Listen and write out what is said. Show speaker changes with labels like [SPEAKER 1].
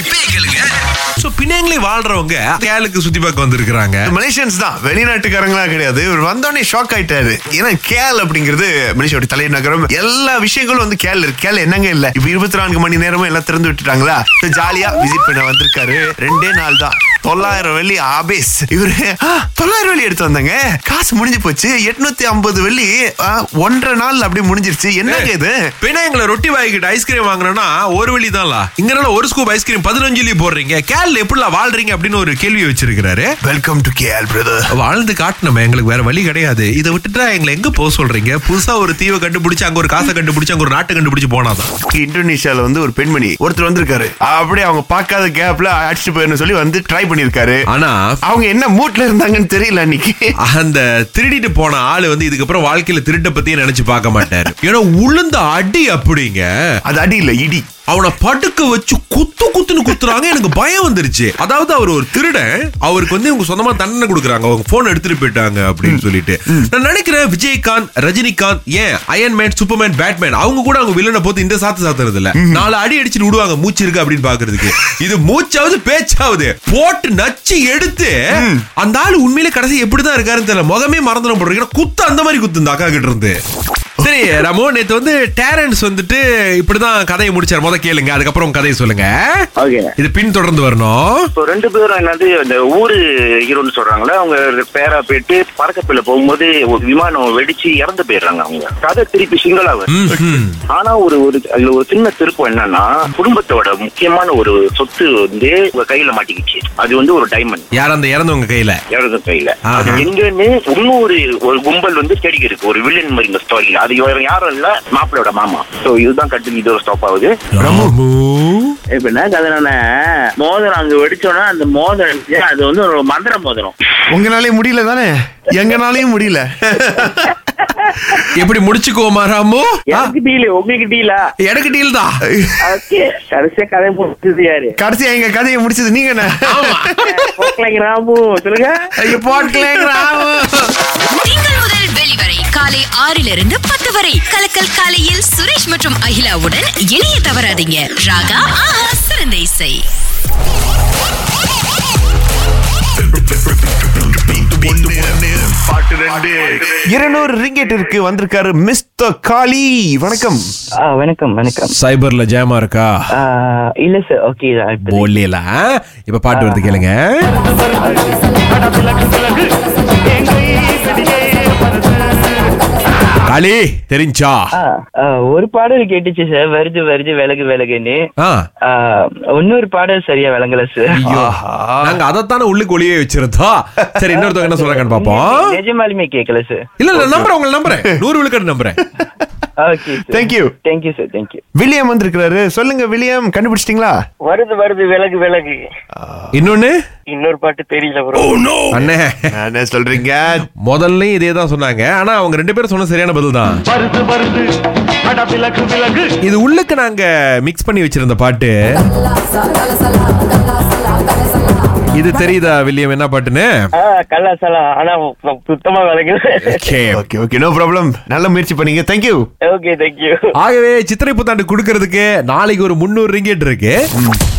[SPEAKER 1] இப்பயே கேளுங்க சோ பினாங்களே வாழ்றவங்க கேளுக்கு சுத்தி பார்க்க வந்திருக்கிறாங்க
[SPEAKER 2] மலேசியன்ஸ் தான் வெளிநாட்டுக்காரங்களா கிடையாது இவர் வந்தோடனே ஷாக் ஆயிட்டாரு ஏன்னா கேல் அப்படிங்கிறது மலேசியாவோட தலைநகரம் எல்லா விஷயங்களும் வந்து கேல் இருக்கு கேல் என்னங்க இல்ல இப்ப இருபத்தி நான்கு மணி நேரமும் எல்லாம் திறந்து விட்டுட்டாங்களா So, ஜாலியா விசிட் பண்ண வந்திருக்காரு ரெண்டே நாள் தான் தொள்ளாயிரம் வெள்ளி ஆபேஸ் இவரு "ஆ, தொள்ளாயிரம் வெள்ளி எடுத்து வந்தாங்க காசு முடிஞ்சு போச்சு எட்நூத்தி ஐம்பது வெள்ளி ஆ, ஒன்றரை நாள் அப்படியே முடிஞ்சிருச்சு என்னங்க இது
[SPEAKER 1] பினாங்களை ரொட்டி வாய்க்கிட்ட ஐஸ்கிரீம் வாங்கினோம்னா ஒரு வழி தான்லா இங்கனால ஒரு ஸ்கூப் ஐஸ்கிரீம் பதினஞ்சு லீ போடுறீங்க கேல் எப்படிலாம் வாழ்றீங்க அப்படின்னு ஒரு கேள்வி வச்சிருக்கிறாரு
[SPEAKER 2] வெல்கம் டு கேல் பிரதர்
[SPEAKER 1] வாழ்ந்து காட்டணுமே எங்களுக்கு வேற வழி கிடையாது இதை விட்டுட்டா எங்களை எங்க போக சொல்றீங்க புதுசா ஒரு தீவை கண்டுபிடிச்சு அங்க ஒரு காசை கண்டுபிடிச்சு அங்க ஒரு நாட்டை கண்டுபிடிச்சு போனாதான்
[SPEAKER 2] இந்தோனேஷியால வந்து ஒரு பெண்மணி ஒருத்தர் வந்திருக்காரு அப்படியே அவங்க பார்க்காத கேப்ல அடிச்சுட்டு போயிடணும் சொல்லி வந்து ட்ரை பண்ணிருக்காரு
[SPEAKER 1] ஆனா
[SPEAKER 2] அவங்க என்ன மூட்ல இருந்தாங்கன்னு தெரியல அன்னைக்கு
[SPEAKER 1] அந்த திருடிட்டு போன ஆளு வந்து இதுக்கப்புறம் வாழ்க்கையில திருட்ட பத்தியே நினைச்சு பார்க்க மாட்டாரு ஏன்னா உளுந்த அடி அப்படிங்க
[SPEAKER 2] அது அடி இல்ல இடி
[SPEAKER 1] அவனை படுக்க வச்சு குத்து குத்துன்னு குத்துறாங்க எனக்கு பயம் வந்துருச்சு அதாவது அவர் ஒரு திருடன் அவருக்கு வந்து இவங்க சொந்தமா தண்டனை கொடுக்குறாங்க அவங்க போன் எடுத்துட்டு போயிட்டாங்க அப்படின்னு சொல்லிட்டு நான் நினைக்கிறேன் விஜயகாந்த் ரஜினிகாந்த் ஏன் அயன்மேன் சூப்பர்மேன் பேட்மேன் அவங்க கூட அவங்க வில்லனை போத்து இந்த சாத்து சாத்துறது இல்ல நாலு அடி அடிச்சுட்டு விடுவாங்க மூச்சு இருக்கு அப்படின்னு பாக்குறதுக்கு இது மூச்சாவது பேச்சாவது போட்டு நச்சு எடுத்து அந்த ஆளு உண்மையிலே கடைசி எப்படிதான் இருக்காருன்னு தெரியல முகமே மறந்துடும் போடுறீங்க குத்து அந்த மாதிரி குத்து இந்த அக்கா கிட்ட இருந்து சரி ராமு நேத்து வந்து டேரன்ஸ் வந்துட்டு இப்படிதான் கதையை முடிச்சார் முத கேளுங்க அதுக்கப்புறம் உங்க கதையை சொல்லுங்க
[SPEAKER 3] ஓகே
[SPEAKER 1] இது பின் தொடர்ந்து வரணும்
[SPEAKER 3] இப்போ ரெண்டு பேரும் என்னது அந்த ஊர் ஹீரோன்னு சொல்றாங்களே அவங்க பேரா போயிட்டு பறக்கப்பையில போகும்போது ஒரு விமானம் வெடிச்சு இறந்து போயிடுறாங்க அவங்க கதை திருப்பி சிங்களா வருது.
[SPEAKER 1] ம், ம்.
[SPEAKER 3] ஆனா ஒரு ஒரு அதுல ஒரு சின்ன திருப்பம் என்னன்னா குடும்பத்தோட முக்கியமான ஒரு சொத்து வந்து உங்க கையில மாட்டிக்கிச்சு அது வந்து ஒரு டைமண்ட்
[SPEAKER 1] யார் அந்த இறந்தவங்க கையில
[SPEAKER 3] இறந்து கையில
[SPEAKER 1] ஆஹா.
[SPEAKER 3] அது எங்கன்னு இன்னொரு ஒரு கும்பல் வந்து தேடி இருக்கு ஒரு வில்லன் மாதிரி இந்த ஸ்டோரியில அது வேற யாரும் இல்ல மாப்பிளையோட மாமா சோ இதுதான் கட்டு இது ஒரு ஸ்டாப் ஆகுது
[SPEAKER 1] ராமு
[SPEAKER 4] இப்ப என்ன கதனா மோதிரம் அங்க வெடிச்சோன்னா அந்த மோதிரம் இருந்துச்சு, அது வந்து ஒரு மந்திர மோதிரம்
[SPEAKER 2] உங்களாலே முடியல தானே எங்கனாலையும் முடியல
[SPEAKER 1] எப்படி முடிச்சுக்குவோமா ராமு ஆ,
[SPEAKER 4] எனக்கு டீல் உங்களுக்கு டீலா
[SPEAKER 1] எனக்கு டீல் தான்
[SPEAKER 4] ஓகே கடைசியா கதை முடிச்சது யாரு
[SPEAKER 2] கடைசியா எங்க கதையை முடிச்சது நீங்க என்ன
[SPEAKER 4] போக்கலைங்க ராமு சொல்லுங்க
[SPEAKER 2] ஐயோ, போட்டுக்கலேங்க ராமு.
[SPEAKER 5] திங்கள் முதல் வெளிவரை காலை ஆறிலிருந்து பத்து வரை கலக்கல் காலையில் சுரேஷ் மற்றும் அகிலாவுடன் இணைய தவறாதீங்க ராகா ஆஹா சிறந்த இசை
[SPEAKER 2] இருநூறு ரிங்கெட்டிற்கு வந்திருக்காரு மிஸ்டர் காளி வணக்கம்
[SPEAKER 6] ஆ வணக்கம் வணக்கம்
[SPEAKER 1] சைபர்ல ஜாமா இருக்கா
[SPEAKER 6] ஆ, இல்ல சார் ஓகே
[SPEAKER 1] போலியல இப்ப பாட்டு வருது கேளுங்க காளி தெரிஞ்சா
[SPEAKER 6] ஒரு பாடல் கேட்டுச்சு சார் வருது வருது விலகு விலகுன்னு
[SPEAKER 1] ஆ
[SPEAKER 6] ஆ, இன்னொரு பாடல் சரியா விளங்கல சார்
[SPEAKER 1] நாங்க அதைத்தானே உள்ளுக்கு ஒளியே வச்சிருந்தோம் சரி இன்னொருத்தவங்க என்ன சொல்றாங்கன்னு பாப்போம்
[SPEAKER 6] நிஜமாலுமே கேட்கல சார்
[SPEAKER 1] இல்ல இல்ல நம்புறேன் உங்களை நம்புறேன் நூறு விழுக்காடு நம்புறேன்
[SPEAKER 6] okay
[SPEAKER 2] Thank you.
[SPEAKER 6] Thank you sir thank you
[SPEAKER 2] William வந்திருக்கிறாரு சொல்லுங்க வில்லியம் கண்டுபிடிச்சிட்டீங்களா
[SPEAKER 4] வருது வருது விலகு விலகு
[SPEAKER 1] இன்னொன்னு
[SPEAKER 4] இன்னொரு பாட்டு தெரியல bro
[SPEAKER 1] அண்ணே
[SPEAKER 2] என்ன சொல்றீங்க
[SPEAKER 1] முதல்லயும் இதே தான் சொன்னாங்க ஆனா அவங்க ரெண்டு பேரும் சொன்ன சரியான பதில் தான் இது உள்ளுக்கு நாங்க மிக்ஸ் பண்ணி வச்சிருந்த பாட்டு இது தெரியுதா வில்லியம் என்ன பாட்டுன்னு
[SPEAKER 6] ஆ கல்லா சலா ஆனா சு- சுத்தமா விலகுல
[SPEAKER 1] Okay.
[SPEAKER 2] Okay okay no problem நல்ல முயற்சி பண்ணீங்க தேங்க்யூ
[SPEAKER 6] ஓகே தேங்க்யூ
[SPEAKER 1] ஆகவே சித்திரை புத்தாண்டு கொடுக்கறதுக்கு நாளைக்கு ஒரு முந்நூறு ரிங்கெட் இருக்கு